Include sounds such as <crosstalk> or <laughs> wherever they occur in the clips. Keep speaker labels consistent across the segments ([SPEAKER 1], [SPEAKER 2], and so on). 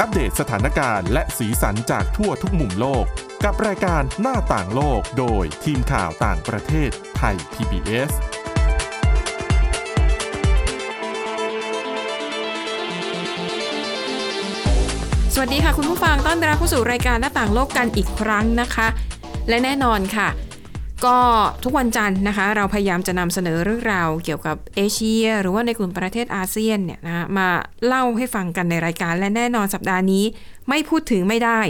[SPEAKER 1] อัปเดตสถานการณ์และสีสันจากทั่วทุกมุมโลก กับรายการหน้าต่างโลกโดยทีมข่าวต่างประเทศไทย PBS
[SPEAKER 2] สวัสดีค่ะคุณผู้ฟังต้อนรับเข้าสู่รายการหน้าต่างโลกกันอีกครั้งนะคะ และแน่นอนค่ะ ก็ทุกวันจันทร์นะคะ เราพยายามจะนำเสนอเรื่องราวเกี่ยวกับเอเชีย หรือว่าในกลุ่มประเทศอาเซียนเนี่ยนะคะมาเล่าให้ฟังกันในรายการและแน่นอนสัปดาห์นี้ไม่พูดถึงไม่ได้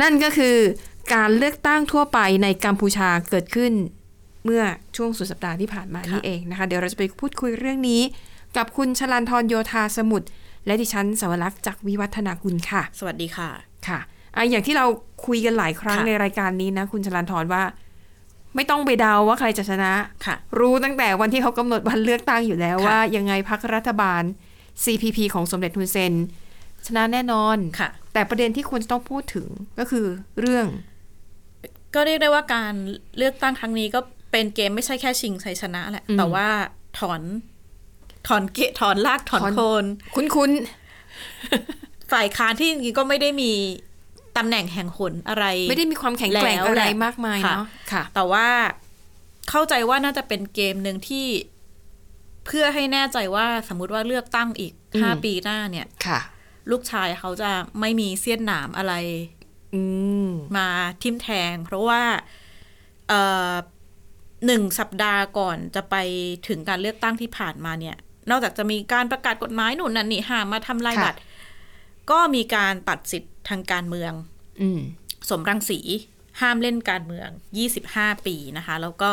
[SPEAKER 2] นั่นก็คือการเลือกตั้งทั่วไปในกัมพูชาเกิดขึ้น เมื่อช่วงสุดสัปดาห์ที่ผ่านมานี่เองนะคะ เดี๋ยวเราจะไปพูดคุยเรื่องนี้ กับคุณชลันทรโยธาสมุทรและดิฉันสวรักษ์จากวิวัฒนาคุณค่ะ
[SPEAKER 3] สวัสดีค่ะ
[SPEAKER 2] ค่ะอ่ะ อย่างที่เราคุยกันหลายครั้ง
[SPEAKER 3] ค่ะ
[SPEAKER 2] ในรายการนี้นะ คุณชลันทรว่า ไม่ต้องไปเดาว่าใครจะชนะ
[SPEAKER 3] ค่ะ
[SPEAKER 2] รู้ตั้งแต่วันที่เขากำหนดวันเลือกตั้งอยู่แล้ว
[SPEAKER 3] ค่ะ
[SPEAKER 2] ว่า ยังไงพักรัฐบาล CPP ของสมเด็จทุนเซน ชนะแน่นอน
[SPEAKER 3] ค่ะ
[SPEAKER 2] แต่ประเด็นที่ควรจะต้องพูดถึงก็คือเรื่อง
[SPEAKER 3] ก็เรียกได้ว่าการเลือกตั้งครั้งนี้ก็เป็นเกมไม่ใช่แค่ชิงชัยชนะแหละ
[SPEAKER 2] อืม
[SPEAKER 3] แต่ว่าถอน ถอนเกะถอนลากถอน
[SPEAKER 2] ถอน
[SPEAKER 3] โคน
[SPEAKER 2] คุ้นคุ้น
[SPEAKER 3] ฝ่ายค้านที่จริงๆก็ไม่ได้มีตำแหน่งแห่งหนอะไร
[SPEAKER 2] ๆไม่ได้มีความแข็งแกร่ง
[SPEAKER 3] แล้ว
[SPEAKER 2] อะไร
[SPEAKER 3] แหละ
[SPEAKER 2] มากมาย
[SPEAKER 3] ค่ะ
[SPEAKER 2] เนาะค่ะ
[SPEAKER 3] แต่ว่าเข้าใจว่าน่าจะเป็นเกมหนึ่งที่ เพื่อให้แน่ใจว่าสมมติว่าเลือกตั้งอีก
[SPEAKER 2] อืม
[SPEAKER 3] ห้าปีหน้าเนี่ย
[SPEAKER 2] ค่ะ
[SPEAKER 3] ลูกชายเขาจะไม่มีเสี้ยนหนามอะไร
[SPEAKER 2] อืม
[SPEAKER 3] มาทิมแทง เพราะว่าเอ่อหนึ่งสัปดาห์ก่อนจะไปถึงการเลือกตั้งที่ผ่านมาเนี่ย นอกจากจะมีการประกาศกฎหมายหนุนนั่นนี่ห้ามมาทำลาย
[SPEAKER 2] ค่ะ
[SPEAKER 3] บัตร ก็มีการตัดสิทธิ์ทางการเมือง
[SPEAKER 2] อืม
[SPEAKER 3] สมรังสีห้ามเล่นการเมือง 25 ปีนะคะ แล้วก็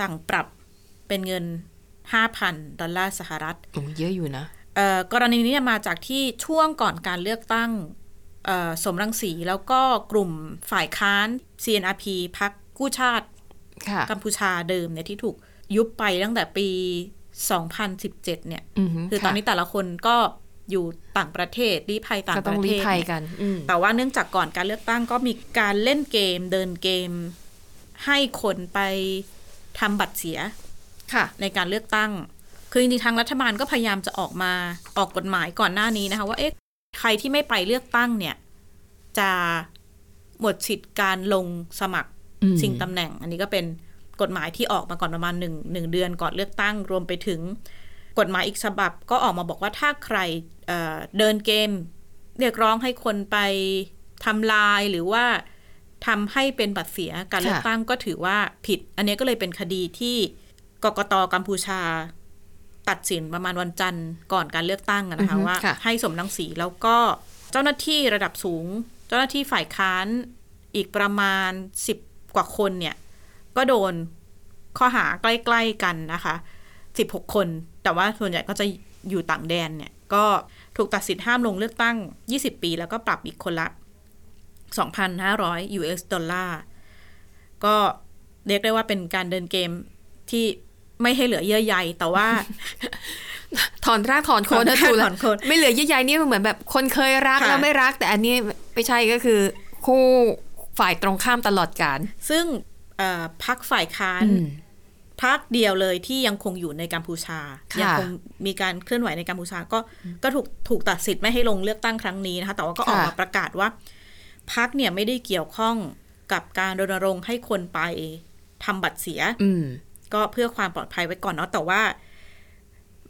[SPEAKER 3] สั่งปรับเป็นเงิน 5,000 ดอลลาร์สหรัฐ
[SPEAKER 2] โอ้เยอะอยู่นะ
[SPEAKER 3] เอ่อกรณีนี้เนี่ยมาจากที่ช่วงก่อนการเลือกตั้งเอ่อสมรังสีแล้วก็กลุ่มฝ่ายค้าน CNRP พักกู้ชาติ
[SPEAKER 2] ค่ะ
[SPEAKER 3] กัมพูชาเดิมเนี่ยที่ถูกยุบไปตั้งแต่ปี 2017 เนี่ย
[SPEAKER 2] อืม
[SPEAKER 3] คือตอนนี้แต่ละคนก็อยู่ต่างประเทศรีภัยต่าง
[SPEAKER 2] ก็
[SPEAKER 3] ป
[SPEAKER 2] ต้อง
[SPEAKER 3] ระ
[SPEAKER 2] รี
[SPEAKER 3] เทศ
[SPEAKER 2] ภัย
[SPEAKER 3] เนี่ย
[SPEAKER 2] กัน อืม
[SPEAKER 3] แต่ว่าเนื่องจากก่อนการเลือกตั้งก็มีการเล่นเกมเดินเกมให้คนไปทำบัตรเสีย
[SPEAKER 2] ค่ะ
[SPEAKER 3] ในการเลือกตั้ง คือจริงๆ ทางรัฐบาลก็พยายามจะออกมาออกกฎหมายก่อนหน้านี้นะคะ ว่า เอ๊ะ ใครที่ไม่ไปเลือกตั้งเนี่ย จะหมดสิทธิ์การลงสมัคร
[SPEAKER 2] อืม
[SPEAKER 3] ชิงตำแหน่ง อันนี้ก็เป็นกฎหมายที่ออกมาก่อนประมาณหนึ่งหนึ่งเดือนก่อนเลือกตั้ง รวมไปถึงกฎหมายอีกฉบับก็ออกมาบอกว่าถ้าใครเอ่อเดินเกม เรียกร้องให้คนไปทำลายหรือว่าทำให้เป็นบัตรเสียการเลือก
[SPEAKER 2] ค่ะ
[SPEAKER 3] ตั้งก็ถือว่าผิด อันนี้ก็เลยเป็นคดีที่กกตกัมพูชา ตัดสินประมาณวันจันทร์ก่อนการเลือกตั้งอะนะ
[SPEAKER 2] อื
[SPEAKER 3] คะ
[SPEAKER 2] อฮึ
[SPEAKER 3] ว่า
[SPEAKER 2] ค่ะ
[SPEAKER 3] ให้สมรังสีแล้วก็เจ้าหน้าที่ระดับสูง เจ้าหน้าที่ฝ่ายค้านอีกประมาณสิบกว่าคนเนี่ย ก็โดนข้อหาใกล้ๆกันนะคะสิบหกคน แต่ว่าส่วนใหญ่ก็จะอยู่ต่างแดนเนี่ย ก็ถูกตัดสินห้ามลงเลือกตั้ง 20 ปีแล้วก็ปรับอีกคนละ 2,500 US ดอลลาร์ ก็เรียกได้ว่าเป็นการเดินเกมที่ไม่ให้เหลือเยื่อใยแต่ว่า
[SPEAKER 2] ถอนรากถอนโคนนะ
[SPEAKER 3] ถ
[SPEAKER 2] จู
[SPEAKER 3] อนราก
[SPEAKER 2] ละ
[SPEAKER 3] ถอนโคน
[SPEAKER 2] ไม่เหลือเยื่อใยนี่มันเหมือนแบบคนเคยรัก
[SPEAKER 3] ค่ะ
[SPEAKER 2] แล้วไม่รัก แต่อันนี้ไม่ใช่ก็คือ คู่ฝ่ายตรงข้ามตลอดกาล
[SPEAKER 3] ซึ่งเอ่อพักฝ่ายค้าน
[SPEAKER 2] อืม
[SPEAKER 3] พักเดียวเลยที่ยังคงอยู่ในกัมพูชา
[SPEAKER 2] ค่ะ
[SPEAKER 3] ยัคงมีการเคลื่อนไหวในกัมพูชาก็ก็ถูกถูกตัดสิทธิ์ไม่ให้ลงเลือกตั้งครั้งนี้นะคะ แต่ว่าก็ออกมาประกาศว่า พักเนี่ยไม่ได้เกี่ยวข้องกับการรณรงค์ให้คนไปทำบัตรเสีย
[SPEAKER 2] อืม
[SPEAKER 3] ก็เพื่อความปลอดภัยไว้ก่อนเนาะแต่ว่า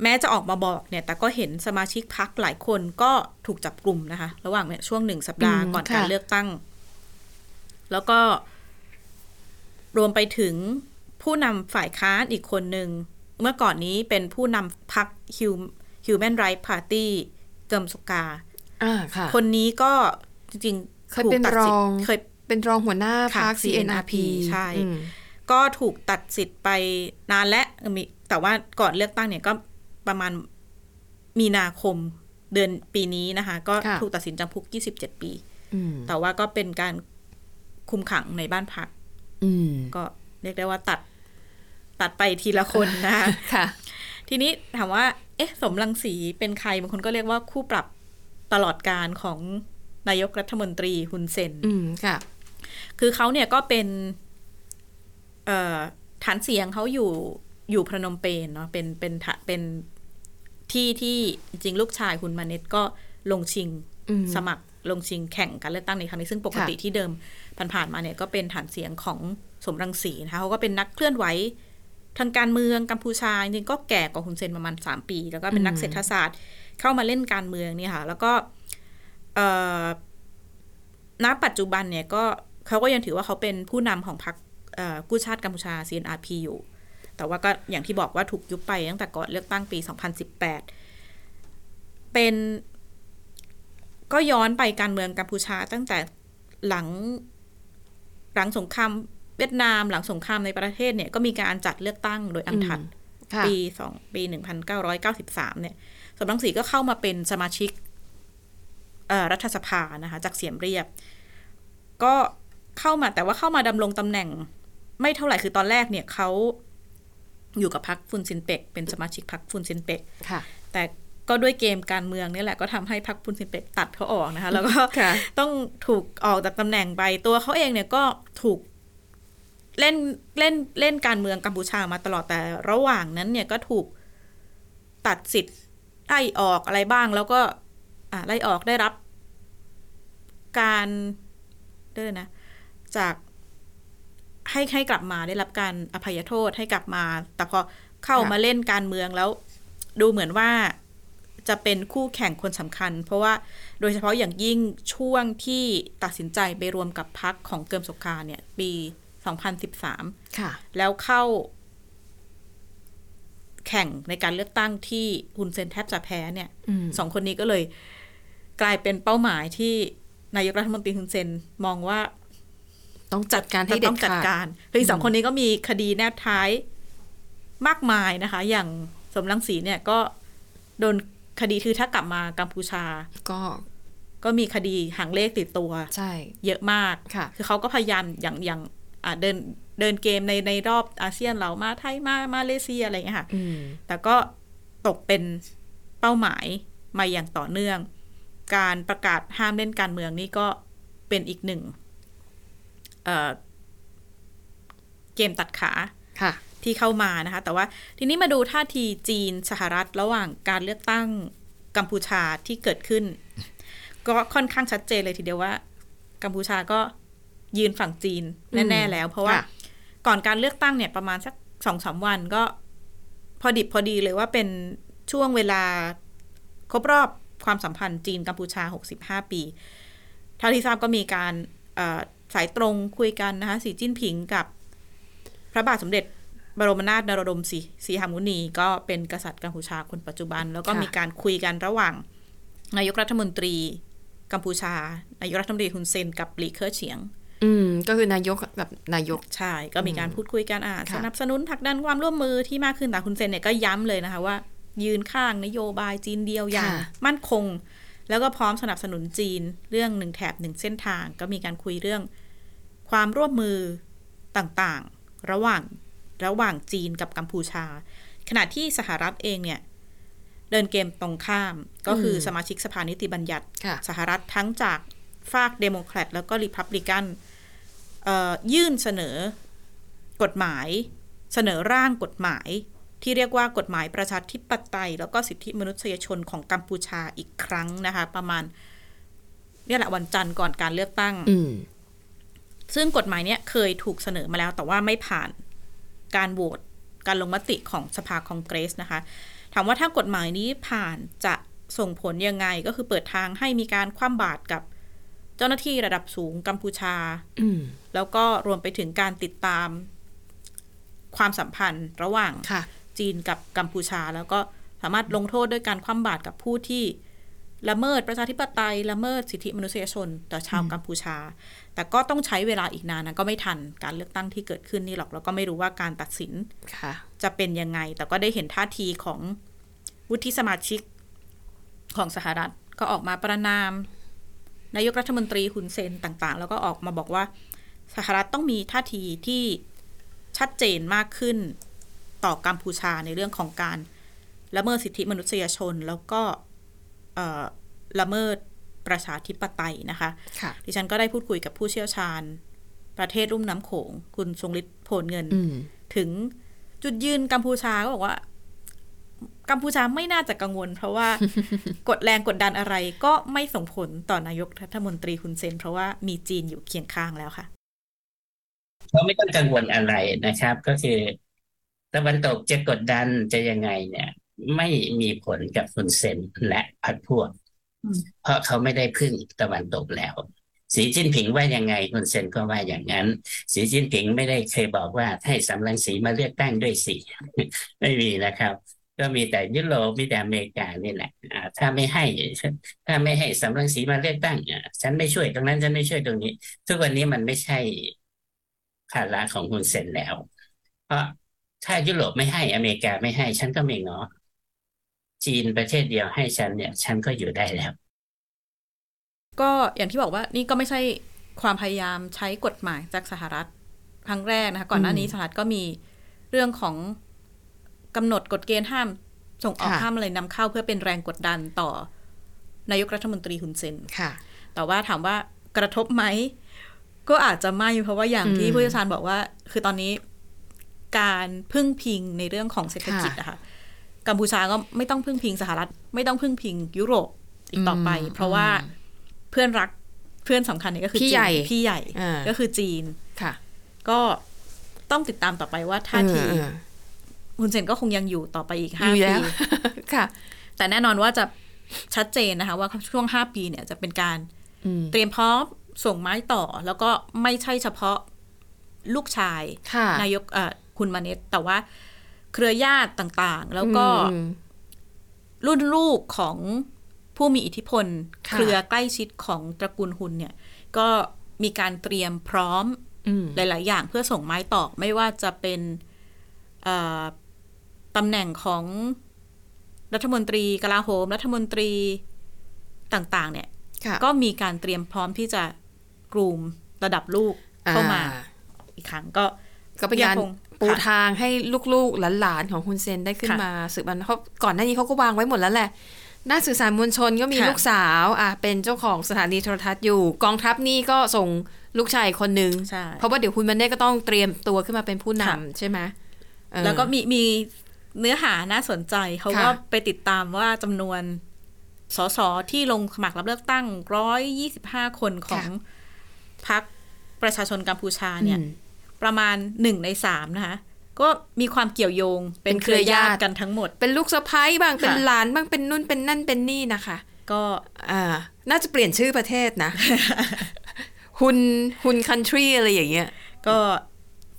[SPEAKER 3] แม้จะออกมาบอกเนี่ย แต่ก็เห็นสมาชิกพักหลายคนก็ถูกจับกลุ่มนะคะ ระหว่างเนี่ยช่วงหนึ่งสัปดาห์
[SPEAKER 2] อืม
[SPEAKER 3] ก่อนการ
[SPEAKER 2] ค่ะ
[SPEAKER 3] เลือกตั้ง แล้วก็รวมไปถึงผู้นำฝ่ายค้านอีกคนหนึ่ง เมื่อก่อนนี้เป็นผู้นำพัก Human Rights Party เกิมสุกา
[SPEAKER 2] อ่าค่ะ
[SPEAKER 3] คนนี้ก็จริงๆ
[SPEAKER 2] เคย
[SPEAKER 3] ถูก
[SPEAKER 2] เป็น
[SPEAKER 3] ตัดสิท
[SPEAKER 2] รอง
[SPEAKER 3] ธิ์เคย
[SPEAKER 2] เป็นรองหัวหน้าพร
[SPEAKER 3] ค่ะ
[SPEAKER 2] รค CNRP
[SPEAKER 3] CNRP ใช่
[SPEAKER 2] อืม
[SPEAKER 3] ก็ถูกตัดสิทธิ์ไปนานและมีแต่ว่าก่อนเลือกตั้งเนี่ยก็ประมาณมีนาคมเดือนปีนี้นะคะ ก็ถูกตัดสินจำคุก 27 ปี
[SPEAKER 2] อืม
[SPEAKER 3] แต่ว่าก็เป็นการคุมขังในบ้านพัก
[SPEAKER 2] อืม
[SPEAKER 3] ก็เรียกได้ว่าตัดตัดไปทีละคนนะคะ <laughs>
[SPEAKER 2] ค่ะ
[SPEAKER 3] ทีนี้ถามว่า เอ๊ะ สมรังสีเป็นใครบางคนก็เรียกว่าคู่ปรับตลอดการของนายกรัฐมนตรีฮุนเซน
[SPEAKER 2] อืมค่ะ
[SPEAKER 3] คือเขาเนี่ยก็เป็นเอ่อฐานเสียงเขาอยู่อยู่พนมเปญเนาะเป็นเป็นฐะเป็นที่ที่จริงๆลูกชายคุณมาเน็ตก็ลงชิง
[SPEAKER 2] อืม
[SPEAKER 3] สมัครลงชิงแข่งการเลือกตั้งในครั้งนี้ซึ่งปกติที่เดิมผ่านๆมาเนี่ยก็เป็นฐานเสียงของสมรังสีนะคะเขาก็เป็นนักเคลื่อนไหวทางการเมืองกัมพูชาจริงๆก็แก่กว่าคุณเซนประมาณสามปี แล้วก็เป็นนักเศรษฐศาสตร์เข้ามาเล่นการเมืองเนี่ยค่ะ แล้วก็เอ่อณปัจจุบันเนี่ยก็เขาก็ยังถือว่าเขาเป็นผู้นำของพรรคเอ่อกู้ชาติกัมพูชา CNRP อยู่ แต่ว่าก็อย่างที่บอกว่าถูกยุบไปตั้งแต่ก่อนเลือกตั้งปี 2018 เป็นก็ย้อนไปการเมืองกัมพูชาตั้งแต่หลังหลังสงครามเวียดนามหลังสงครามในประเทศเนี่ยก็มีการจัดเลือกตั้งโดยอังทัด
[SPEAKER 2] ค่ะ
[SPEAKER 3] ปีสองปีหนึ่งพันเก้าร้อยเก้าสิบสามเนี่ย สมรังสีก็เข้ามาเป็นสมาชิกเอ่อรัฐสภานะคะ จากเสียมเรียบ ก็เข้ามาแต่ว่าเข้ามาดำรงตำแหน่ง ไม่เท่าไหร่คือตอนแรกเนี่ยเขาอยู่กับพรรคฟุนซินเปกเป็นสมาชิกพรรคฟุนซินเปก
[SPEAKER 2] ค่ะ
[SPEAKER 3] แต่ก็ด้วยเกมการเมืองเนี่ยแหละก็ทำให้พรรคฟุนซินเปกตัดเขาออกนะคะ แล้วก็
[SPEAKER 2] ค่ะ
[SPEAKER 3] ต้องถูกออกจากตำแหน่งไปตัวเขาเองเนี่ยก็ถูกเล่นเล่นเล่นการเมืองกัมพูชามาตลอดแต่ระหว่างนั้นเนี่ยก็ถูกตัดสิทธิ์ไล่ออกอะไรบ้าง แล้วก็อ่ะไล่ออกได้รับ การเด้อนะ จากให้ให้กลับมาได้รับการอภัยโทษให้กลับมา แต่พอเข้า
[SPEAKER 2] ค่ะ
[SPEAKER 3] มาเล่นการเมืองแล้ว ดูเหมือนว่าจะเป็นคู่แข่งคนสำคัญ เพราะว่าโดยเฉพาะอย่างยิ่งช่วงที่ตัดสินใจไปรวมกับพักของเกิมสกาเนี่ย ปี 2013
[SPEAKER 2] ค่ะ
[SPEAKER 3] แล้วเข้า แข่งในการเลือกตั้งที่ฮุนเซนแทบจะแพ้เนี่ย
[SPEAKER 2] อืม
[SPEAKER 3] สองคนนี้ก็เลยกลายเป็นเป้าหมายที่นายกรัฐมนตรีฮุนเซนมองว่า
[SPEAKER 2] ต้องจัดการให้
[SPEAKER 3] จะ
[SPEAKER 2] เด็
[SPEAKER 3] ต้
[SPEAKER 2] ด
[SPEAKER 3] องจัด
[SPEAKER 2] ขาด
[SPEAKER 3] การคือสองคนนี้ก็มีคดีแนบท้ายมากมายนะคะ อย่างสมรังสีเนี่ยก็โดนคดีคือถ้ากลับมากัมพูชา
[SPEAKER 2] ก็
[SPEAKER 3] ก็มีคดีหางเลขติดตัว
[SPEAKER 2] ใช่
[SPEAKER 3] เยอะมาก
[SPEAKER 2] ค่ะ
[SPEAKER 3] คือเขาก็พยายามอย่างอย่างอ่ะเดินเดินเกมในในรอบอาเซียนเรามาไทยมามาเลเซียอะไรอย่างเงี้ยค่ะ
[SPEAKER 2] อืม
[SPEAKER 3] แต่ก็ตกเป็นเป้าหมายมาอย่างต่อเนื่อง การประกาศห้ามเล่นการเมืองนี่ก็เป็นอีกหนึ่งเอ่อเกมตัดขา
[SPEAKER 2] ค่ะ
[SPEAKER 3] ที่เข้ามานะคะ แต่ว่าทีนี้มาดูท่าทีจีนสหรัฐระหว่างการเลือกตั้งกัมพูชาที่เกิดขึ้น ก็ค่อนข้างชัดเจนเลยทีเดียวว่า กัมพูชาก็ยืนฝั่งจีนแน่
[SPEAKER 2] อืม
[SPEAKER 3] ๆแล้ว เพราะว่า
[SPEAKER 2] ค่ะ
[SPEAKER 3] ก่อนการเลือกตั้งเนี่ยประมาณสักสองสามวันก็พอดิบพอดีเลยว่าเป็นช่วงเวลาครบรอบความสัมพันธ์จีนกัมพูชา 65 ปีเท่าที่ทราบก็มีการเอ่อสายตรงคุยกันนะคะสีจิ้นผิงกับพระบาทสมเด็จบรมนาถนรดมศรีสีหามุนี ก็เป็นกษัตริย์กัมพูชาคนปัจจุบัน แล้วก็
[SPEAKER 2] ค่ะ
[SPEAKER 3] มีการคุยกันระหว่าง นายกรัฐมนตรีกัมพูชา นายกรัฐมนตรีฮุนเซนกับหลีเคอเฉียง
[SPEAKER 2] อืม ก็คือนายกกับนายก
[SPEAKER 3] ใช่ ก็มีการพูดคุยกันอ่า
[SPEAKER 2] ค่ะ
[SPEAKER 3] สนับสนุนผลักดันความร่วมมือที่มากขึ้นแต่คุณเซนเนี่ยก็ย้ำเลยนะคะว่า ยืนข้างนโยบายจีนเดียวอย่าง มั่นคง แล้วก็พร้อมสนับสนุนจีนเรื่องหนึ่งแถบหนึ่งเส้นทาง ก็มีการคุยเรื่องความร่วมมือต่างๆ ระหว่างระหว่างจีนกับกัมพูชา ขณะที่สหรัฐเองเนี่ยเดินเกมตรงข้ามก็คือสมาชิกสภานิติบัญญัติ
[SPEAKER 2] ค่ะ
[SPEAKER 3] สหรัฐทั้งจากฝากเดโมแครตแล้วก็ริพับลิกันเอ่อยื่นเสนอกฎหมาย เสนอร่างกฎหมาย ที่เรียกว่ากฎหมายประชาธิปไตย แล้วก็สิทธิมนุษยชนของกัมพูชาอีกครั้งนะคะ ประมาณเนี่ยแหละวันจันทร์ก่อนการเลือกตั้ง
[SPEAKER 2] อืม
[SPEAKER 3] ซึ่งกฎหมายเนี้ยเคยถูกเสนอมาแล้วแต่ว่าไม่ผ่านการโหวตการลงมติของสภาคองเกรสนะคะ ถามว่าถ้ากฎหมายนี้ผ่านจะส่งผลยังไงก็คือเปิดทางให้มีการคว่ำบาตรกับเจ้าหน้าที่ระดับสูงกัมพูชา
[SPEAKER 2] อืม
[SPEAKER 3] แล้วก็รวมไปถึงการติดตามความสัมพันธ์ระหว่าง
[SPEAKER 2] ค่ะ
[SPEAKER 3] จีนกับกัมพูชาแล้วก็สามารถลงโทษด้วยการคว่ำบาตรกับผู้ที่ละเมิดประชาธิปไตย ละเมิดสิทธิมนุษยชน ต่อชาวกัมพูชา แต่ก็ต้องใช้เวลาอีกนานนะก็ไม่ทันการเลือกตั้งที่เกิดขึ้นนี่หรอก แล้วก็ไม่รู้ว่าการตัดสิน
[SPEAKER 2] ค่ะ
[SPEAKER 3] จะเป็นยังไง แต่ก็ได้เห็นท่าทีของวุฒิสมาชิกของสหรัฐ ก็ออกมาประนาม นายกรัฐมนตรีฮุนเซนต่าง ๆ แล้วก็ออกมาบอกว่าสหรัฐต้องมีท่าทีที่ชัดเจนมากขึ้น ต่อกัมพูชาในเรื่องของการละเมิดสิทธิมนุษยชน แล้วก็เอ่อละเมิดประชาธิปไตยนะคะ
[SPEAKER 2] ค่ะ
[SPEAKER 3] ดิฉันก็ได้พูดคุยกับผู้เชี่ยวชาญ ประเทศรุ่มน้ำโขง คุณทรงฤทธิ์โผลเงิน
[SPEAKER 2] อืม
[SPEAKER 3] ถึงจุดยืนกัมพูชาก็บอกว่า กัมพูชาไม่น่าจะกังวล เพราะ
[SPEAKER 2] <laughs>
[SPEAKER 3] ว่า กดแรงกดดันอะไรก็ไม่ส่งผลต่อนายกรัฐมนตรีคุณเซน เพราะว่ามีจีนอยู่เคียงข้างแล้วค่ะ
[SPEAKER 4] ก็ไม่ต้องกังวลอะไรนะครับ ก็คือตะวันตกจะกดดันจะยังไงเนี่ย ไม่มีผลกับคุณเซนและพรรคพวก
[SPEAKER 3] อืม
[SPEAKER 4] เพราะเขาไม่ได้พึ่งตะวันตกแล้ว สีจิ้นผิงว่ายังไงคุณเซนก็ว่าอย่างนั้น สีจิ้นผิงไม่ได้เคยบอกว่าให้สำรังสีมาเลือกตั้งด้วยสี <laughs> ไม่มีนะครับ ก็มีแต่ยุโรปมีแต่อเมริกานี่แหละอ่าถ้าไม่ให้ถ้าไม่ให้สำรังสีมาเลือกตั้งอ่ะฉันไม่ช่วยตรงนั้นฉันไม่ช่วยตรงนี้ ทุกวันนี้มันไม่ใช่ภาระของคุณเซนแล้ว เพราะถ้ายุโรปไม่ให้อเมริกาไม่ให้ ฉันก็ไม่งอจีนประเทศเดียวให้ฉันเนี่ย ฉันก็อยู่ได้แล้ว
[SPEAKER 3] ก็อย่างที่บอกว่านี่ก็ไม่ใช่ความพยายามใช้กฎหมายจากสหรัฐครั้งแรกนะคะก่อนหน้านี้สหรัฐก็มีเรื่องของกำหนดกฎเกณฑ์ห้ามส่งออก
[SPEAKER 2] ค่ะ
[SPEAKER 3] ห้ามอะไรนำเข้าเพื่อเป็นแรงกดดันต่อนายกรัฐมนตรีฮุนเซน
[SPEAKER 2] ค่ะ
[SPEAKER 3] แต่ว่าถามว่ากระทบไหม ก็อาจจะไม่เพราะว่าอย่างที่
[SPEAKER 2] อืม
[SPEAKER 3] ผู้เชี่ยวชาญบอกว่า คือตอนนี้การพึ่งพิงในเรื่องของเศรษฐกิจ
[SPEAKER 2] ค่ะ
[SPEAKER 3] นะคะกัมพูชาก็ไม่ต้องพึ่งพิงสหรัฐ ไม่ต้องพึ่งพิงยุโรปอีกต่อไป
[SPEAKER 2] อืม
[SPEAKER 3] เพราะว่าเพื่อนรักเพื่อนสำคัญเนี่ยก็คือ
[SPEAKER 2] พี่
[SPEAKER 3] จีน
[SPEAKER 2] ใหญ่
[SPEAKER 3] พี่ใหญ่
[SPEAKER 2] อ่า
[SPEAKER 3] ก็คือจีน
[SPEAKER 2] ค่ะ
[SPEAKER 3] ก็ต้องติดตามต่อไปว่าท่าที
[SPEAKER 2] เออ
[SPEAKER 3] ฮุนเซนก็คงยังอยู่ต่อไปอีก
[SPEAKER 2] เอออ
[SPEAKER 3] ห้า
[SPEAKER 2] ยู่แล้ว
[SPEAKER 3] ปี
[SPEAKER 2] ค่ะ
[SPEAKER 3] แต่แน่นอนว่าจะชัดเจนนะคะ ว่าช่วงห้าปีเนี่ยจะเป็นการ
[SPEAKER 2] อืม
[SPEAKER 3] เตรียมพร้อมส่งไม้ต่อ แล้วก็ไม่ใช่เฉพาะลูกชาย
[SPEAKER 2] ค่ะ
[SPEAKER 3] นายกเอ่อคุณมาเนตแต่ว่าเครือญาติต่างๆ แล้วก็
[SPEAKER 2] อืม
[SPEAKER 3] รุ่นลูกของผู้มีอิทธิพล
[SPEAKER 2] ค่ะ
[SPEAKER 3] เครือใกล้ชิดของตระกูลฮุนเนี่ย ก็มีการเตรียมพร้อม
[SPEAKER 2] อืม
[SPEAKER 3] หลาย ๆ อย่างเพื่อส่งไม้ต่อ ไม่ว่าจะเป็นเอ่อตำแหน่งของรัฐมนตรีกลาโหม รัฐมนตรีต่าง ๆ เนี่ย
[SPEAKER 2] ค่ะ
[SPEAKER 3] ก็มีการเตรียมพร้อมที่จะกลุ่มระดับลูกเข้ามา
[SPEAKER 2] อ่
[SPEAKER 3] อีกครั้งก็
[SPEAKER 2] ก็เป็นการ
[SPEAKER 3] ยังคง
[SPEAKER 2] ปู
[SPEAKER 3] ค่ะ
[SPEAKER 2] ทางให้ลูกๆหลานๆของคุณเซนได้ขึ้น
[SPEAKER 3] ค่ะ
[SPEAKER 2] มาสืบมันเขาก่อนหน้านี้เขาก็วางไว้หมดแล้วแหละหน้าสื่อสารมวลชนก็มี
[SPEAKER 3] ค่ะ
[SPEAKER 2] ลูกสาวอ่ะเป็นเจ้าของสถานีโทรทัศน์อยู่ กองทัพนี่ก็ส่งลูกชายอีกคนนึง
[SPEAKER 3] ใช่
[SPEAKER 2] เพราะว่าเดี๋ยวคุณมันเน่ก็ต้องเตรียมตัวขึ้นมาเป็นผู้นำ
[SPEAKER 3] ค่ะ
[SPEAKER 2] ใช่ไหมเออ
[SPEAKER 3] แล้วก็มีมีเนื้อหาน่าสนใจเขาก็
[SPEAKER 2] ค่ะ
[SPEAKER 3] ไปติดตามว่าจำนวนสสที่ลงสมัครรับเลือกตั้ง 125 คนของพรรคประชาชนกัมพูชาเนี่ย
[SPEAKER 2] อืม
[SPEAKER 3] ประมาณหนึ่งในสามนะคะ ก็มีความเกี่ยวโยงเป็น
[SPEAKER 2] เป็น
[SPEAKER 3] เค
[SPEAKER 2] เค
[SPEAKER 3] รื
[SPEAKER 2] รือ อ
[SPEAKER 3] ญา
[SPEAKER 2] ญาติ
[SPEAKER 3] ติกันทั้งหมด
[SPEAKER 2] เป็นลูกสะพ้ยบ้างเป็น
[SPEAKER 3] ค่ะ
[SPEAKER 2] หลานบ้างเป็นนุ่นเป็นนั่นเป็นนี่นะคะ
[SPEAKER 3] ก็
[SPEAKER 2] อ่า น่าจะเปลี่ยนชื่อประเทศ
[SPEAKER 3] <laughs>
[SPEAKER 2] นะ หุนหุนคันทรีอะไรอย่างเงี้ย
[SPEAKER 3] ก็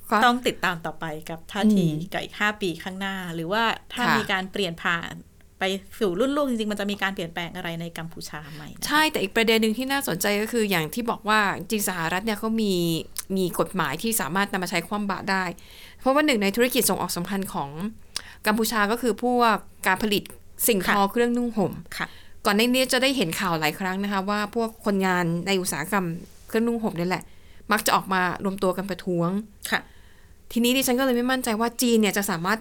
[SPEAKER 2] ก็
[SPEAKER 3] ต้องติดตามต่อไปกับท่าที
[SPEAKER 2] อืม
[SPEAKER 3] กับอีกห้าปีข้างหน้า หรือว่าถ้า
[SPEAKER 2] ค่ะ
[SPEAKER 3] มีการเปลี่ยนผ่าน ไปสู่รุ่นลูกจริงๆ มันจะมีการเปลี่ยนแปลงอะไรในกัมพูชาไหมนะคะ
[SPEAKER 2] ใช่แต่อีกประเด็นหนึ่งที่น่าสนใจก็คืออย่างที่บอกว่าจริงสหรัฐเนี่ยเขามีมีกฎหมายที่สามารถนำมาใช้คว่ำบาตรได้ เพราะว่าหนึ่งในธุรกิจส่งออกสำคัญของกัมพูชาก็คือพวกการผลิตสิ่งทอเครื่องนุ่งห่ม
[SPEAKER 3] ค่ะ
[SPEAKER 2] ก่อนหน้านี้จะได้เห็นข่าวหลายครั้งนะคะว่าพวกคนงานในอุตสาหกรรมเครื่องนุ่งห่มนี่แหละ มักจะออกมารวมตัวกันประท้วง
[SPEAKER 3] ค่ะ
[SPEAKER 2] ทีนี้ดิฉันก็เลยไม่มั่นใจว่าจีนเนี่ยจะสามารถ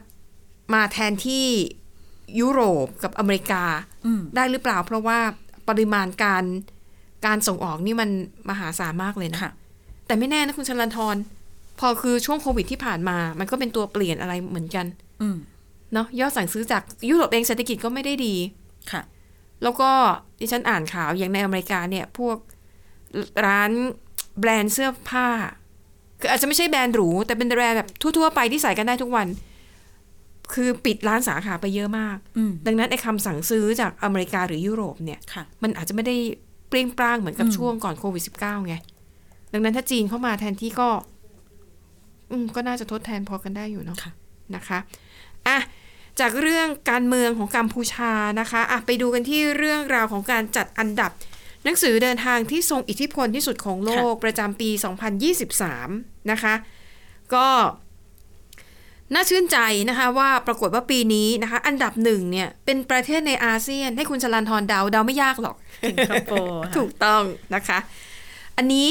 [SPEAKER 2] มาแทนที่ยุโรปกับอเมริกา
[SPEAKER 3] อืม
[SPEAKER 2] ได้หรือเปล่า เพราะว่าปริมาณการการส่งออกนี่มันมหาศาลมากเลยนะ
[SPEAKER 3] ค่ะ
[SPEAKER 2] แต่ไม่แน่นะคุณชลันทรพอคือช่วงโควิดที่ผ่านมา มันก็เป็นตัวเปลี่ยนอะไรเหมือนกัน
[SPEAKER 3] อืม
[SPEAKER 2] เนาะยอดสั่งซื้อจากยุโรปเองเศรษฐกิจก็ไม่ได้ดี
[SPEAKER 3] ค่ะ
[SPEAKER 2] แล้วก็ดิฉันอ่านข่าวอย่างในอเมริกาเนี่ยพวกร้านแบรนด์เสื้อผ้าคืออาจจะไม่ใช่แบรนด์หรู แต่เป็นแบรนด์แบบทั่วๆไปที่ใส่กันได้ทุกวัน คือปิดร้านสาขาไปเยอะมาก
[SPEAKER 3] อืม
[SPEAKER 2] ดังนั้นไอ้คำสั่งซื้อจากอเมริกาหรือยุโรปเนี่ย
[SPEAKER 3] ค่ะ
[SPEAKER 2] มันอาจจะไม่ได้เปรี้ยงปร้างเหมือนกับ
[SPEAKER 3] อืม
[SPEAKER 2] ช่วงก่อนโควิด -19 ไง ดังนั้นถ้าจีนเข้ามาแทนที่ก็ อืมก็น่าจะทดแทนพอกันได้อยู่เนาะ
[SPEAKER 3] ค่ะ
[SPEAKER 2] นะคะอ่ะจากเรื่องการเมืองของกัมพูชานะคะอ่ะไปดูกันที่เรื่องราวของการจัดอันดับ หนังสือเดินทางที่ทรงอิทธิพลที่สุดของโลกประจำปี 2023 นะคะ ก็น่าชื่นใจนะคะว่าปรากฏว่าปีนี้นะคะ อันดับหนึ่งเนี่ย เป็นประเทศในอาเซียน ให้คุณชลันทรเดาเดาไม่ยากหรอก
[SPEAKER 3] สิงคโปร์ค่ะ
[SPEAKER 2] ถูกต้องนะคะ อันนี้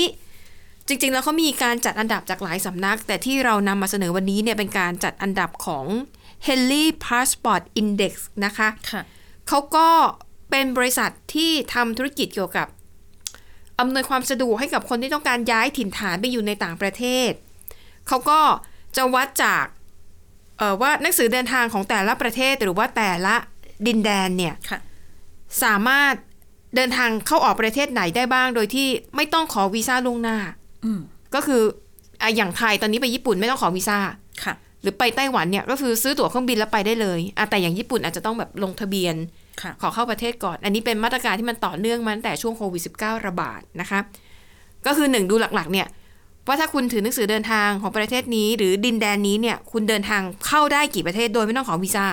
[SPEAKER 2] จริงๆ แล้วเขามีการจัดอันดับจากหลายสำนัก แต่ที่เรานำมาเสนอวันนี้เนี่ยเป็นการจัดอันดับของ h e l l y Passport Index นะคะ
[SPEAKER 3] ค่ะ
[SPEAKER 2] เขาก็เป็นบริษัทที่ทำธุรกิจเกี่ยวกับอำนวยความสะดวกให้กับคนที่ต้องการย้ายถิ่นฐานไปอยู่ในต่างประเทศ เขาก็จะวัดจาก เอ่อว่าหนังสือเดินทางของแต่ละประเทศหรือว่าแต่ละดินแดนเนี่ย
[SPEAKER 3] ค่ะ
[SPEAKER 2] สามารถเดินทางเข้าออกประเทศไหนได้บ้าง โดยที่ไม่ต้องขอวีซ่าล่วงหน้า
[SPEAKER 3] อืม
[SPEAKER 2] ก็คืออ่ะอย่างไทยตอนนี้ไปญี่ปุ่นไม่ต้องขอวีซ่า
[SPEAKER 3] ค่ะ
[SPEAKER 2] หรือไปไต้หวันเนี่ยก็คือซื้อตั๋วเครื่องบินแล้วไปได้เลยอ่ะแต่อย่างญี่ปุ่นอาจจะต้องแบบลงทะเบียน
[SPEAKER 3] ค่ะ
[SPEAKER 2] ขอเข้าประเทศก่อน อันนี้เป็นมาตรการที่มันต่อเนื่องมาตั้งแต่ช่วงโควิด -19 ระบาดนะคะ ก็คือหนึ่งดูหลักๆ เนี่ย ว่าถ้าคุณถือหนังสือเดินทางของประเทศนี้ หรือดินแดนนี้เนี่ย คุณเดินทางเข้าได้กี่ประเทศโดยไม่ต้องขอวีซ่า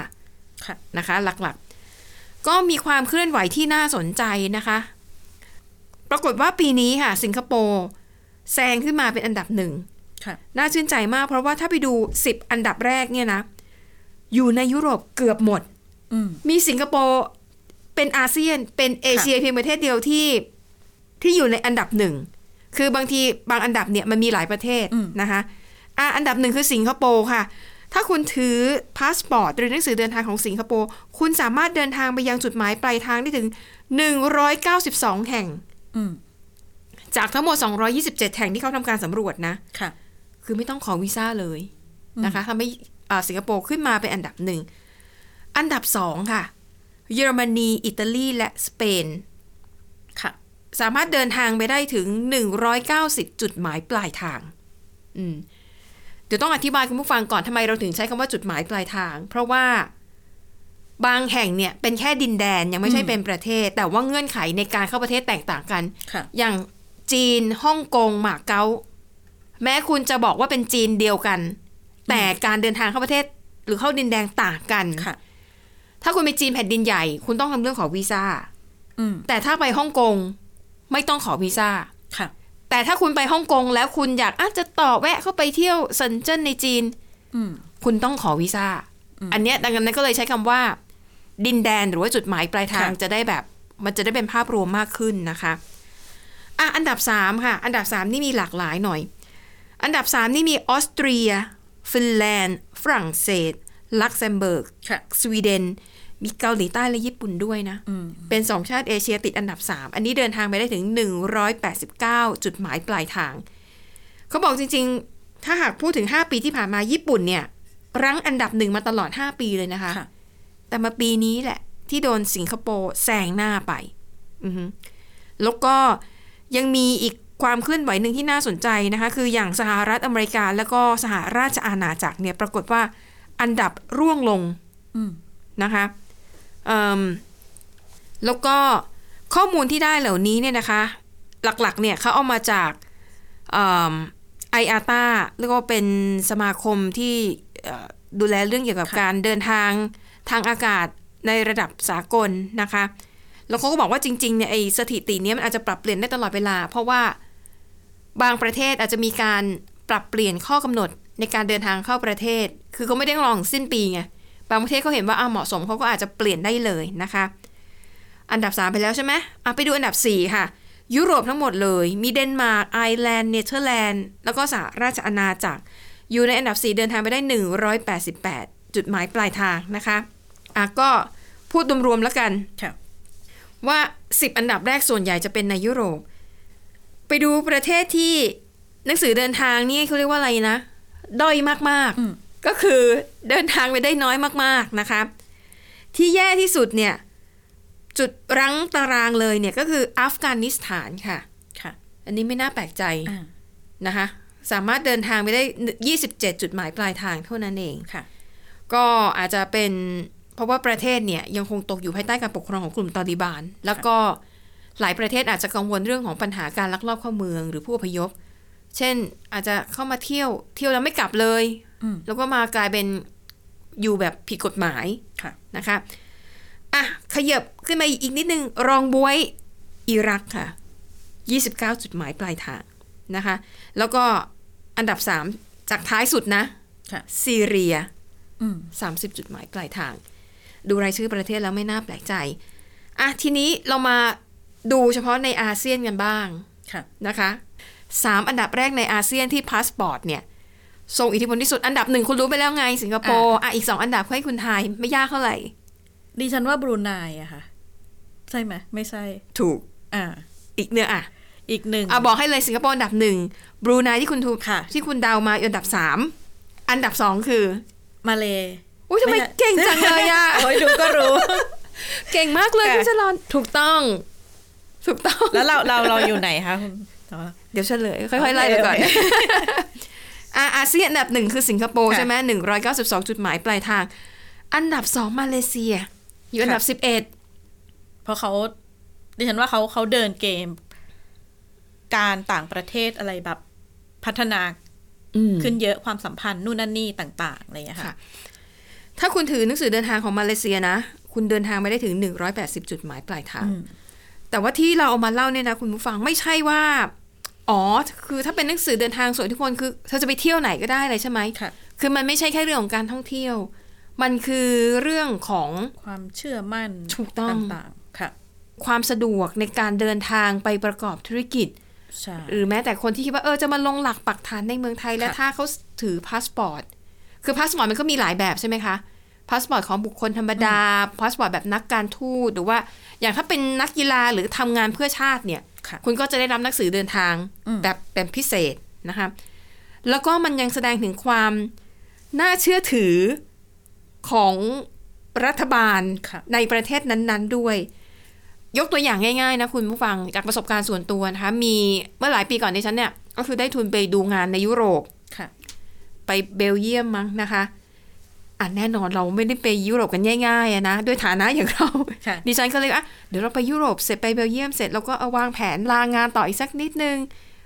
[SPEAKER 3] ค่ะ
[SPEAKER 2] นะคะ หลักๆ ก็มีความเคลื่อนไหวที่น่าสนใจนะคะ ปรากฏว่าปีนี้ค่ะ สิงคโปร์แซงขึ้นมาเป็นอันดับหนึ่ง
[SPEAKER 3] ค่ะ
[SPEAKER 2] น่าชื่นใจมาก เพราะว่าถ้าไปดู 10 อันดับแรกเนี่ยนะ อยู่ในยุโรปเกือบหมด
[SPEAKER 3] อืม
[SPEAKER 2] มีสิงคโปร์เป็นอาเซียนเป็นเอเชียเพียงประเทศเดียวที่ที่อยู่ในอันดับหนึ่ง คือบางทีบางอันดับเนี่ยมันมีหลายประเทศ
[SPEAKER 3] อืม
[SPEAKER 2] นะคะอ่ะอันดับหนึ่งคือสิงคโปร์ค่ะ ถ้าคุณถือพาสปอร์ตหรือหนังสือเดินทางของสิงคโปร์คุณสามารถเดินทางไปยังจุดหมายปลายทางได้ถึง 192 แห่ง
[SPEAKER 3] อืม
[SPEAKER 2] จากทั้งหมด 227 แห่งที่เขาทำการสำรวจนะ
[SPEAKER 3] ค่ะ
[SPEAKER 2] คือไม่ต้องขอวีซ่าเลย
[SPEAKER 3] อืม
[SPEAKER 2] นะคะทำให้อ่าสิงคโปร์ขึ้นมาเป็นอันดับหนึ่ง อันดับสองค่ะ เยอรมนี อิตาลี และสเปน
[SPEAKER 3] ค่ะ
[SPEAKER 2] สามารถเดินทางไปได้ถึง 190 จุดหมายปลายทาง อืม เดี๋ยวต้องอธิบายคุณผู้ฟังก่อนทำไมเราถึงใช้คำว่าจุดหมายปลายทาง เพราะว่าบางแห่งเนี่ยเป็นแค่ดินแดนยังไม่ใช่เป็นประเทศ แต่ว่าเงื่อนไขในการเข้าประเทศแตกต่างกัน
[SPEAKER 3] ค่ะ
[SPEAKER 2] อย่างจีนฮ่องกงหมาเก๊าแม้คุณจะบอกว่าเป็นจีนเดียวกัน แต่การเดินทางเข้าประเทศหรือเข้าดินแดงต่างกัน
[SPEAKER 3] ค่ะ
[SPEAKER 2] ถ้าคุณไปจีนแผ่นดินใหญ่ คุณต้องทำเรื่องขอวีซ่า
[SPEAKER 3] อืม
[SPEAKER 2] แต่ถ้าไปฮ่องกงไม่ต้องขอวีซ่า
[SPEAKER 3] ค่ะ
[SPEAKER 2] แต่ถ้าคุณไปฮ่องกงแล้วคุณอยากอาจจะต่อแวะเข้าไปเที่ยวเซินเจิ้นในจีน
[SPEAKER 3] อืม
[SPEAKER 2] คุณต้องขอวีซ่า อันเนี้ยดังนั้นก็เลยใช้คำว่า ดินแดนหรือว่าจุดหมายปลายทาง
[SPEAKER 3] ค่ะ
[SPEAKER 2] จะได้แบบ มันจะได้เป็นภาพรวมมากขึ้นนะคะอ่ะอันดับสามค่ะ อันดับสามนี่มีหลากหลายหน่อย อันดับสามนี่มีออสเตรีย ฟินแลนด์ ฝรั่งเศส ลักเซมเบิร์ก
[SPEAKER 3] ค่ะ
[SPEAKER 2] สวีเดน มีเกาหลีใต้และญี่ปุ่นด้วยนะ
[SPEAKER 3] อืม
[SPEAKER 2] เป็น 2 ชาติเอเชียติดอันดับ 3 อันนี้เดินทางไปได้ถึง 189 จุดหมายปลายทาง เขาบอกจริงๆ ถ้าหากพูดถึง 5 ปีที่ผ่านมาญี่ปุ่นเนี่ย รั้งอันดับหนึ่งมาตลอด 5 ปีเลยนะคะ
[SPEAKER 3] ค่ะ
[SPEAKER 2] แต่มาปีนี้แหละ ที่โดนสิงคโปร์แซงหน้าไปอือฮึแล้วก็ยังมีอีกความเคลื่อนไหวหนึ่งที่น่าสนใจนะคะ คืออย่างสหรัฐอเมริกา แล้วก็สหราชอาณาจักรเนี่ยปรากฏว่าอันดับร่วงลง
[SPEAKER 3] อืม
[SPEAKER 2] นะคะเอิ่มแล้วก็ข้อมูลที่ได้เหล่านี้เนี่ยนะคะ หลักๆ เนี่ยเขาเอามาจากไออาตาเรียกว่าเป็นสมาคมที่เอ่อดูแลเรื่องเกี่ยวกับ
[SPEAKER 3] ค่ะ
[SPEAKER 2] การเดินทางทางอากาศในระดับสากลนะคะ แล้วเขาก็บอกว่าจริงๆ เนี่ยไอสถิติเนี้ยมันอาจจะปรับเปลี่ยนได้ตลอดเวลา เพราะว่าบางประเทศอาจจะมีการปรับเปลี่ยนข้อกำหนดในการเดินทางเข้าประเทศ คือเขาไม่ได้รอถึงสิ้นปีไง บางประเทศเขาเห็นว่าอ่าเหมาะสมเขาก็อาจจะเปลี่ยนได้เลยนะคะ อันดับ 3 ไปแล้วใช่ไหมอ่ะไปดูอันดับ 4 ค่ะ ยุโรปทั้งหมดเลย มีเดนมาร์กไอร์แลนด์เนเธอร์แลนด์แล้วก็สหราชอาณาจักร อยู่ในอันดับ 4 เดินทางไปได้ 188 จุดหมายปลายทางนะคะอ่ะก็พูดรวมๆแล้วกัน
[SPEAKER 3] ค่ะ
[SPEAKER 2] ว่า 10 อันดับแรกส่วนใหญ่จะเป็นในยุโรป ไปดูประเทศที่หนังสือเดินทางนี่เขาเรียกว่าอะไรนะ ด้อยมาก
[SPEAKER 3] อืม
[SPEAKER 2] ๆ ก็คือเดินทางไปได้น้อยมากๆนะคะ ที่แย่ที่สุดเนี่ย จุดรั้งตารางเลยเนี่ย ก็คืออัฟกานิสถานค่ะ
[SPEAKER 3] ค่ะ
[SPEAKER 2] อันนี้ไม่น่าแปลกใจ
[SPEAKER 3] อ่า
[SPEAKER 2] นะคะ สามารถเดินทางไปได้ 27 จุดหมายปลายทางเท่านั้นเอง
[SPEAKER 3] ค่ะ
[SPEAKER 2] ก็อาจจะเป็นเพราะว่าประเทศเนี่ยยังคงตกอยู่ภายใต้การปกครองของกลุ่มตอริบาน แล้วก็หลายประเทศอาจจะกังวลเรื่องของปัญหาการลักลอบเข้าเมืองหรือผู้อพยพ เช่นอาจจะเข้ามาเที่ยวเที่ยวแล้วไม่กลับเลย
[SPEAKER 3] อืม
[SPEAKER 2] แล้วก็มากลายเป็นอยู่แบบผิดกฎหมาย
[SPEAKER 3] ค่ะ
[SPEAKER 2] นะคะอ่ะขยับขึ้นมาอีกนิดนึง รองบวยอิรักค่ะ 29 จุดหมายปลายทางนะคะ แล้วก็อันดับ 3 จากท้ายสุดนะ
[SPEAKER 3] ค่ะ
[SPEAKER 2] ซีเรีย
[SPEAKER 3] อืม
[SPEAKER 2] 30 จุดหมายปลายทาง ดูรายชื่อประเทศแล้วไม่น่าแปลกใจอ่ะทีนี้เรามาดูเฉพาะในอาเซียนกันบ้าง
[SPEAKER 3] ค่ะ
[SPEAKER 2] นะคะสามอันดับแรกในอาเซียนที่พาสปอร์ตเนี่ยส่งอิทธิพลที่สุดอันดับหนึ่งคุณรู้ไปแล้วไง สิงคโปร์อ่ะอีกสองอันดับให้คุณทายไม่ยากเท่าไหร่
[SPEAKER 3] ดิฉันว่าบรูไนอะค่ะ ใช่ไหม ไม่ใช่
[SPEAKER 2] ถูก
[SPEAKER 3] อ่า
[SPEAKER 2] อีกเนื้ออ่ะ
[SPEAKER 3] อีกหนึ่ง
[SPEAKER 2] อ่ะบอกให้เลยสิงคโปร์อันดับหนึ่งบรูไนที่คุณถูก
[SPEAKER 3] ค่ะ
[SPEAKER 2] ที่คุณเดามาอันดับสามอันดับสองคือ
[SPEAKER 3] มาเล
[SPEAKER 2] อุ้ยทำไมเก่งจังเลยอ่ะ
[SPEAKER 3] โอ้ยดูก็รู้
[SPEAKER 2] <laughs> เก่งมากเลย
[SPEAKER 3] ค่ะ
[SPEAKER 2] คุณชลอนถูกต้อง ถูกต้อง
[SPEAKER 3] แล้วเราเราเราอยู่ไหนคะคุณแต่ว่า
[SPEAKER 2] เดี๋ยวเฉลยค่อยๆไล่ไปก่อน
[SPEAKER 3] โอเค
[SPEAKER 2] <laughs> อ่ะอาเซียนอันดับหนึ่งคือสิงคโปร์
[SPEAKER 3] ค่ะ
[SPEAKER 2] ใช่ไหมหนึ่งร้อยเก้าสิบสองจุดหมายปลายทาง อันดับสองมาเลเซีย อยู่อันดับ
[SPEAKER 3] ค่ะ
[SPEAKER 2] สิบเอ็ด
[SPEAKER 3] เพราะเขาดิฉันว่าเขาเขาเดินเกม การต่างประเทศอะไรแบบพัฒนาขึ้นเยอะความสัมพันธ์นู่นนั่นนี่ต่าง ๆอะไรอย่างเงี้ย
[SPEAKER 2] ค่ะ
[SPEAKER 3] ค่ะ
[SPEAKER 2] ถ้าคุณถือหนังสือเดินทางของมาเลเซียนะ คุณเดินทางไม่ได้ถึงหนึ่งร้อยแปดสิบจุดหมายปลายทาง
[SPEAKER 3] อืม
[SPEAKER 2] แต่ว่าที่เราเอามาเล่าเนี่ยนะคุณผู้ฟังไม่ใช่ว่า อ๋อ คือถ้าเป็นหนังสือเดินทางส่วนทุกคนคือเธอจะไปเที่ยวไหนก็ได้เลยใช่ไหม
[SPEAKER 3] ค่ะ
[SPEAKER 2] คือมันไม่ใช่แค่เรื่องของการท่องเที่ยว มันคือเรื่องของ
[SPEAKER 3] ความเชื่อมั่น
[SPEAKER 2] ถูกต้อง
[SPEAKER 3] ต่างๆ ค่ะ
[SPEAKER 2] ความสะดวกในการเดินทางไปประกอบธุรกิจ
[SPEAKER 3] ใช่
[SPEAKER 2] หรือแม้แต่คนที่คิดว่าเออจะมาลงหลักปักฐานในเมืองไทย และ
[SPEAKER 3] ค่ะ
[SPEAKER 2] ถ้าเขาถือพาสปอร์ต คือพาสปอร์ตมันก็มีหลายแบบใช่ไหมคะ พาสปอร์ตของบุคคลธรรมดา พาสปอร์ตแบบนักการทูต หรือว่าอย่างถ้าเป็นนักกีฬาหรือทำงานเพื่อชาติเนี่ย
[SPEAKER 3] ค่ะ
[SPEAKER 2] คุณก็จะได้รับหนังสือเดินทาง
[SPEAKER 3] อืม
[SPEAKER 2] แบบเป็นพิเศษนะคะ แล้วก็มันยังแสดงถึงความน่าเชื่อถือของรัฐบาล
[SPEAKER 3] ค่ะ
[SPEAKER 2] ในประเทศนั้นๆด้วย ยกตัวอย่างง่าย ๆ นะคุณผู้ฟังจากประสบการณ์ส่วนตัวนะคะ มีเมื่อหลายปีก่อนในฉันเนี่ย ก็คือได้ทุนไปดูงานในยุโรป
[SPEAKER 3] ค่ะ
[SPEAKER 2] ไปเบลเยียมมั้งนะคะ อ่ะแน่นอนเราไม่ได้ไปยุโรปกันง่ายๆอะนะ ด้วยฐานะอย่างเรา
[SPEAKER 3] ค่ะ
[SPEAKER 2] ดิฉันก็เลยอ่ะเดี๋ยวเราไปยุโรปเสร็จไปเบลเยียมเสร็จเราก็เอาวางแผนลางงานต่ออีกสักนิดนึง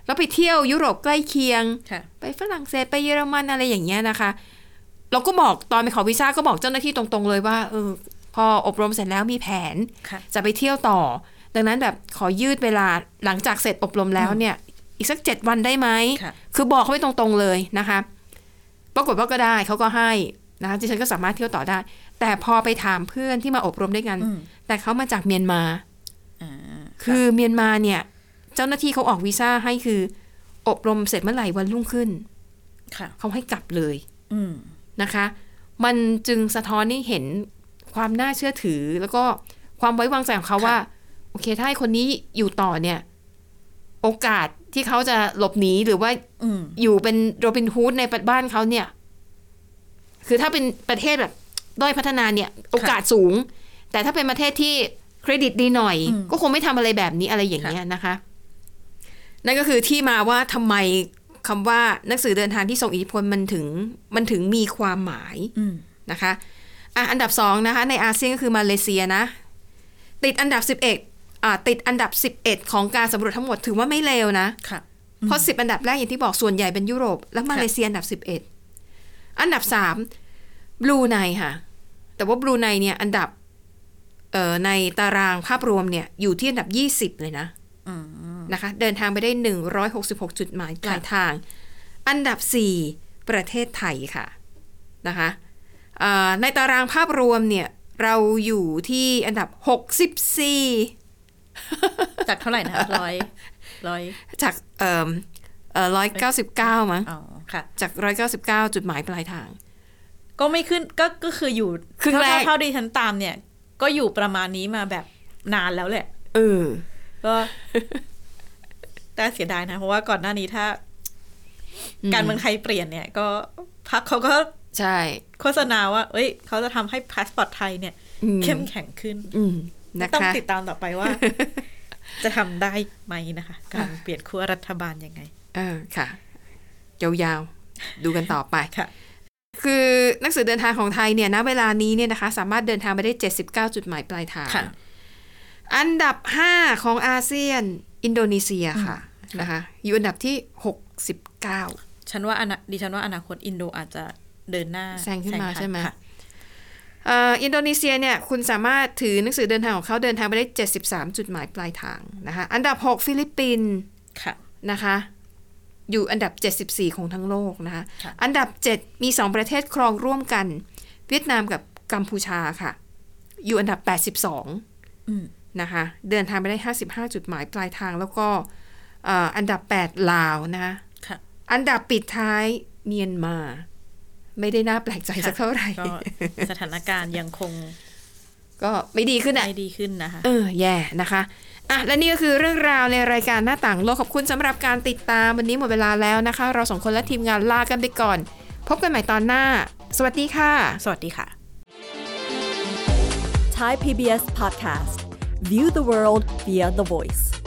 [SPEAKER 2] แล้วไปเที่ยวยุโรปใกล้เคียง
[SPEAKER 3] ค่ะ
[SPEAKER 2] ไปฝรั่งเศสไปเยอรมันอะไรอย่างเงี้ยนะคะ เราก็บอกตอนไปขอวีซ่าก็บอกเจ้าหน้าที่ตรงๆเลยว่าเออพออบรมเสร็จแล้วมีแผน
[SPEAKER 3] ค่ะ
[SPEAKER 2] จะไปเที่ยวต่อ ดังนั้นแบบขอยืดเวลาหลังจากเสร็จอบรมแล้วเนี่ย อีกสักเจ็ดวันได้ไหม
[SPEAKER 3] ค่ะ
[SPEAKER 2] คือบอกเขาไปตรงๆเลยนะคะ ปรากฏว่าก็ได้เขาก็ให้นะคะดิฉันก็สามารถเที่ยวต่อได้ แต่พอไปถามเพื่อนที่มาอบรมด้วยกัน
[SPEAKER 3] อืม
[SPEAKER 2] แต่เขามาจากเมียนมา
[SPEAKER 3] อ่า
[SPEAKER 2] คือเมียนมาเนี่ย เจ้าหน้าที่เขาออกวีซ่าให้คือ อบรมเสร็จเมื่อไหร่วันรุ่งขึ้น
[SPEAKER 3] ค่ะ
[SPEAKER 2] เขาให้กลับเลย
[SPEAKER 3] อืม
[SPEAKER 2] นะคะ มันจึงสะท้อนให้เห็นความน่าเชื่อถือ แล้วก็ความไว้วางใจของเขา
[SPEAKER 3] ค่ะ
[SPEAKER 2] ว่า โอเคถ้าให้คนนี้อยู่ต่อเนี่ย โอกาสที่เขาจะหลบหนีหรือว่า
[SPEAKER 3] อืม
[SPEAKER 2] อยู่เป็นโรบินฮูดในบ้านเขาเนี่ย คือถ้าเป็นประเทศแบบด้อยพัฒนาเนี่ย โอกาสสูง แต่ถ้าเป็นประเทศที่เครดิตดีหน่อย
[SPEAKER 3] อืม
[SPEAKER 2] ก็คงไม่ทำอะไรแบบนี้อะไรอย่างเงี้ยนะคะ นั่นก็คือที่มาว่าทำไมคำว่าหนังสือเดินทางที่ทรงอิทธิพลมันถึงมันถึงมีความหมาย
[SPEAKER 3] ืม
[SPEAKER 2] นะคะอ่ะอันดับ 2 นะคะ ในอาเซียนก็คือมาเลเซียนะ ติดอันดับ 11อ่าติดอันดับ 11 ของการสำรวจทั้งหมดถือว่าไม่เลวนะ
[SPEAKER 3] ค่ะ
[SPEAKER 2] เพราะสิบอันดับแรกอย่างที่บอกส่วนใหญ่เป็นยุโรป แล้วมาเลเซียอันดับสิบเอ็ดอันดับสามบลูไนค่ะ แต่ว่าบลูไนเนี่ยอันดับเอ่อในตารางภาพรวมเนี่ยอยู่ที่อันดับยี่สิบเลยนะ
[SPEAKER 3] อืม
[SPEAKER 2] นะคะ เดินทางไปได้หนึ่งร้อยหกสิบหกจุดหมายปลาย
[SPEAKER 3] ค่ะ
[SPEAKER 2] ทาง อันดับสี่ประเทศไทยค่ะนะคะเอ่อในตารางภาพรวมเนี่ยเราอยู่ที่อันดับหกสิบสี่
[SPEAKER 3] จากเท่าไหร่นะคะร้อยร้อย
[SPEAKER 2] จากเอ่อร้อยเก้าสิบเก้ามั้ง
[SPEAKER 3] อ๋อค่ะ
[SPEAKER 2] จาก 199 จุดหมายปลายทาง
[SPEAKER 3] ก็ไม่ขึ้นก็ก็คืออยู่
[SPEAKER 2] ครึ่งแรก
[SPEAKER 3] เท่าเท่าดิฉันตามเนี่ย ก็อยู่ประมาณนี้มาแบบนานแล้วแหละ
[SPEAKER 2] เออ
[SPEAKER 3] ก็ <laughs> แต่เสียดายนะ เพราะว่าก่อนหน้านี้ถ้า
[SPEAKER 2] อืม
[SPEAKER 3] การเมืองไทยเปลี่ยนเนี่ย ก็พักเขาก็
[SPEAKER 2] ใช่
[SPEAKER 3] โฆษณาว่า เอ้ย เขาจะทำให้พาสปอร์ตไทยเนี่ย
[SPEAKER 2] อืม
[SPEAKER 3] เข้มแข็งขึ้น
[SPEAKER 2] อืมนะ
[SPEAKER 3] ต้อง
[SPEAKER 2] คะ
[SPEAKER 3] ติดตามต่อไป
[SPEAKER 2] <laughs>
[SPEAKER 3] ว่า จะทำได้ไหมนะคะ การเปลี่ยนขั้วรัฐบาลยังไง
[SPEAKER 2] เออค่ะ ยาวๆ ดูกันต่อไป
[SPEAKER 3] ค่ะ
[SPEAKER 2] คือหนังสือเดินทางของไทยเนี่ยนะเวลานี้เนี่ยนะคะ สามารถเดินทางไปได้ 79 จุดหมายปลายทาง
[SPEAKER 3] ค่ะ
[SPEAKER 2] อันดับ 5 ของอาเซียน อินโดนีเซียค่ะนะคะ อยู่อันดับที่ 69
[SPEAKER 3] ฉันว่าอนาดิฉันว่าอนาคตอินโดอาจจะเดินหน้า
[SPEAKER 2] แซงขึ้นมา
[SPEAKER 3] ทย
[SPEAKER 2] ใช่ไหม
[SPEAKER 3] ค่ะ
[SPEAKER 2] เอ่ออินโดนีเซียเนี่ยคุณสามารถถือหนังสือเดินทางของเขาเดินทางไปได้ 73 จุดหมายปลายทางนะคะ อันดับ 6 ฟิลิปปินส์
[SPEAKER 3] ค่ะ
[SPEAKER 2] นะคะ อยู่อันดับ 74 ของทั้งโลกนะคะ
[SPEAKER 3] ค่ะ
[SPEAKER 2] อันดับ 7 มี 2 ประเทศครองร่วมกัน เวียดนามกับกัมพูชาค่ะ อยู่อันดับ 82
[SPEAKER 3] อืม
[SPEAKER 2] นะคะ เดินทางไปได้ 55 จุดหมายปลายทางแล้วก็เอ่ออันดับ 8 ลาวนะคะ
[SPEAKER 3] ค่ะ
[SPEAKER 2] อันดับปิดท้ายเมียนมา ไม่ได้น่าแปลกใจสักเท่าไหร่
[SPEAKER 3] ก็สถานการณ์ยังคง
[SPEAKER 2] ก็ไม่ดีขึ้นอ่ะ
[SPEAKER 3] ไม่ดีขึ้นนะคะ
[SPEAKER 2] เออ แย่ นะคะ อ่ะ และนี่ก็คือเรื่องราวในรายการหน้าต่างโลก ขอบคุณสำหรับการติดตาม วันนี้หมดเวลาแล้วนะคะ เราสองคนและทีมงานลากันไปก่อน พบกันใหม่ตอนหน้า สวัสดีค่ะ
[SPEAKER 3] สวัสดีค่ะ
[SPEAKER 5] Thai PBS podcast. View the world via the voice.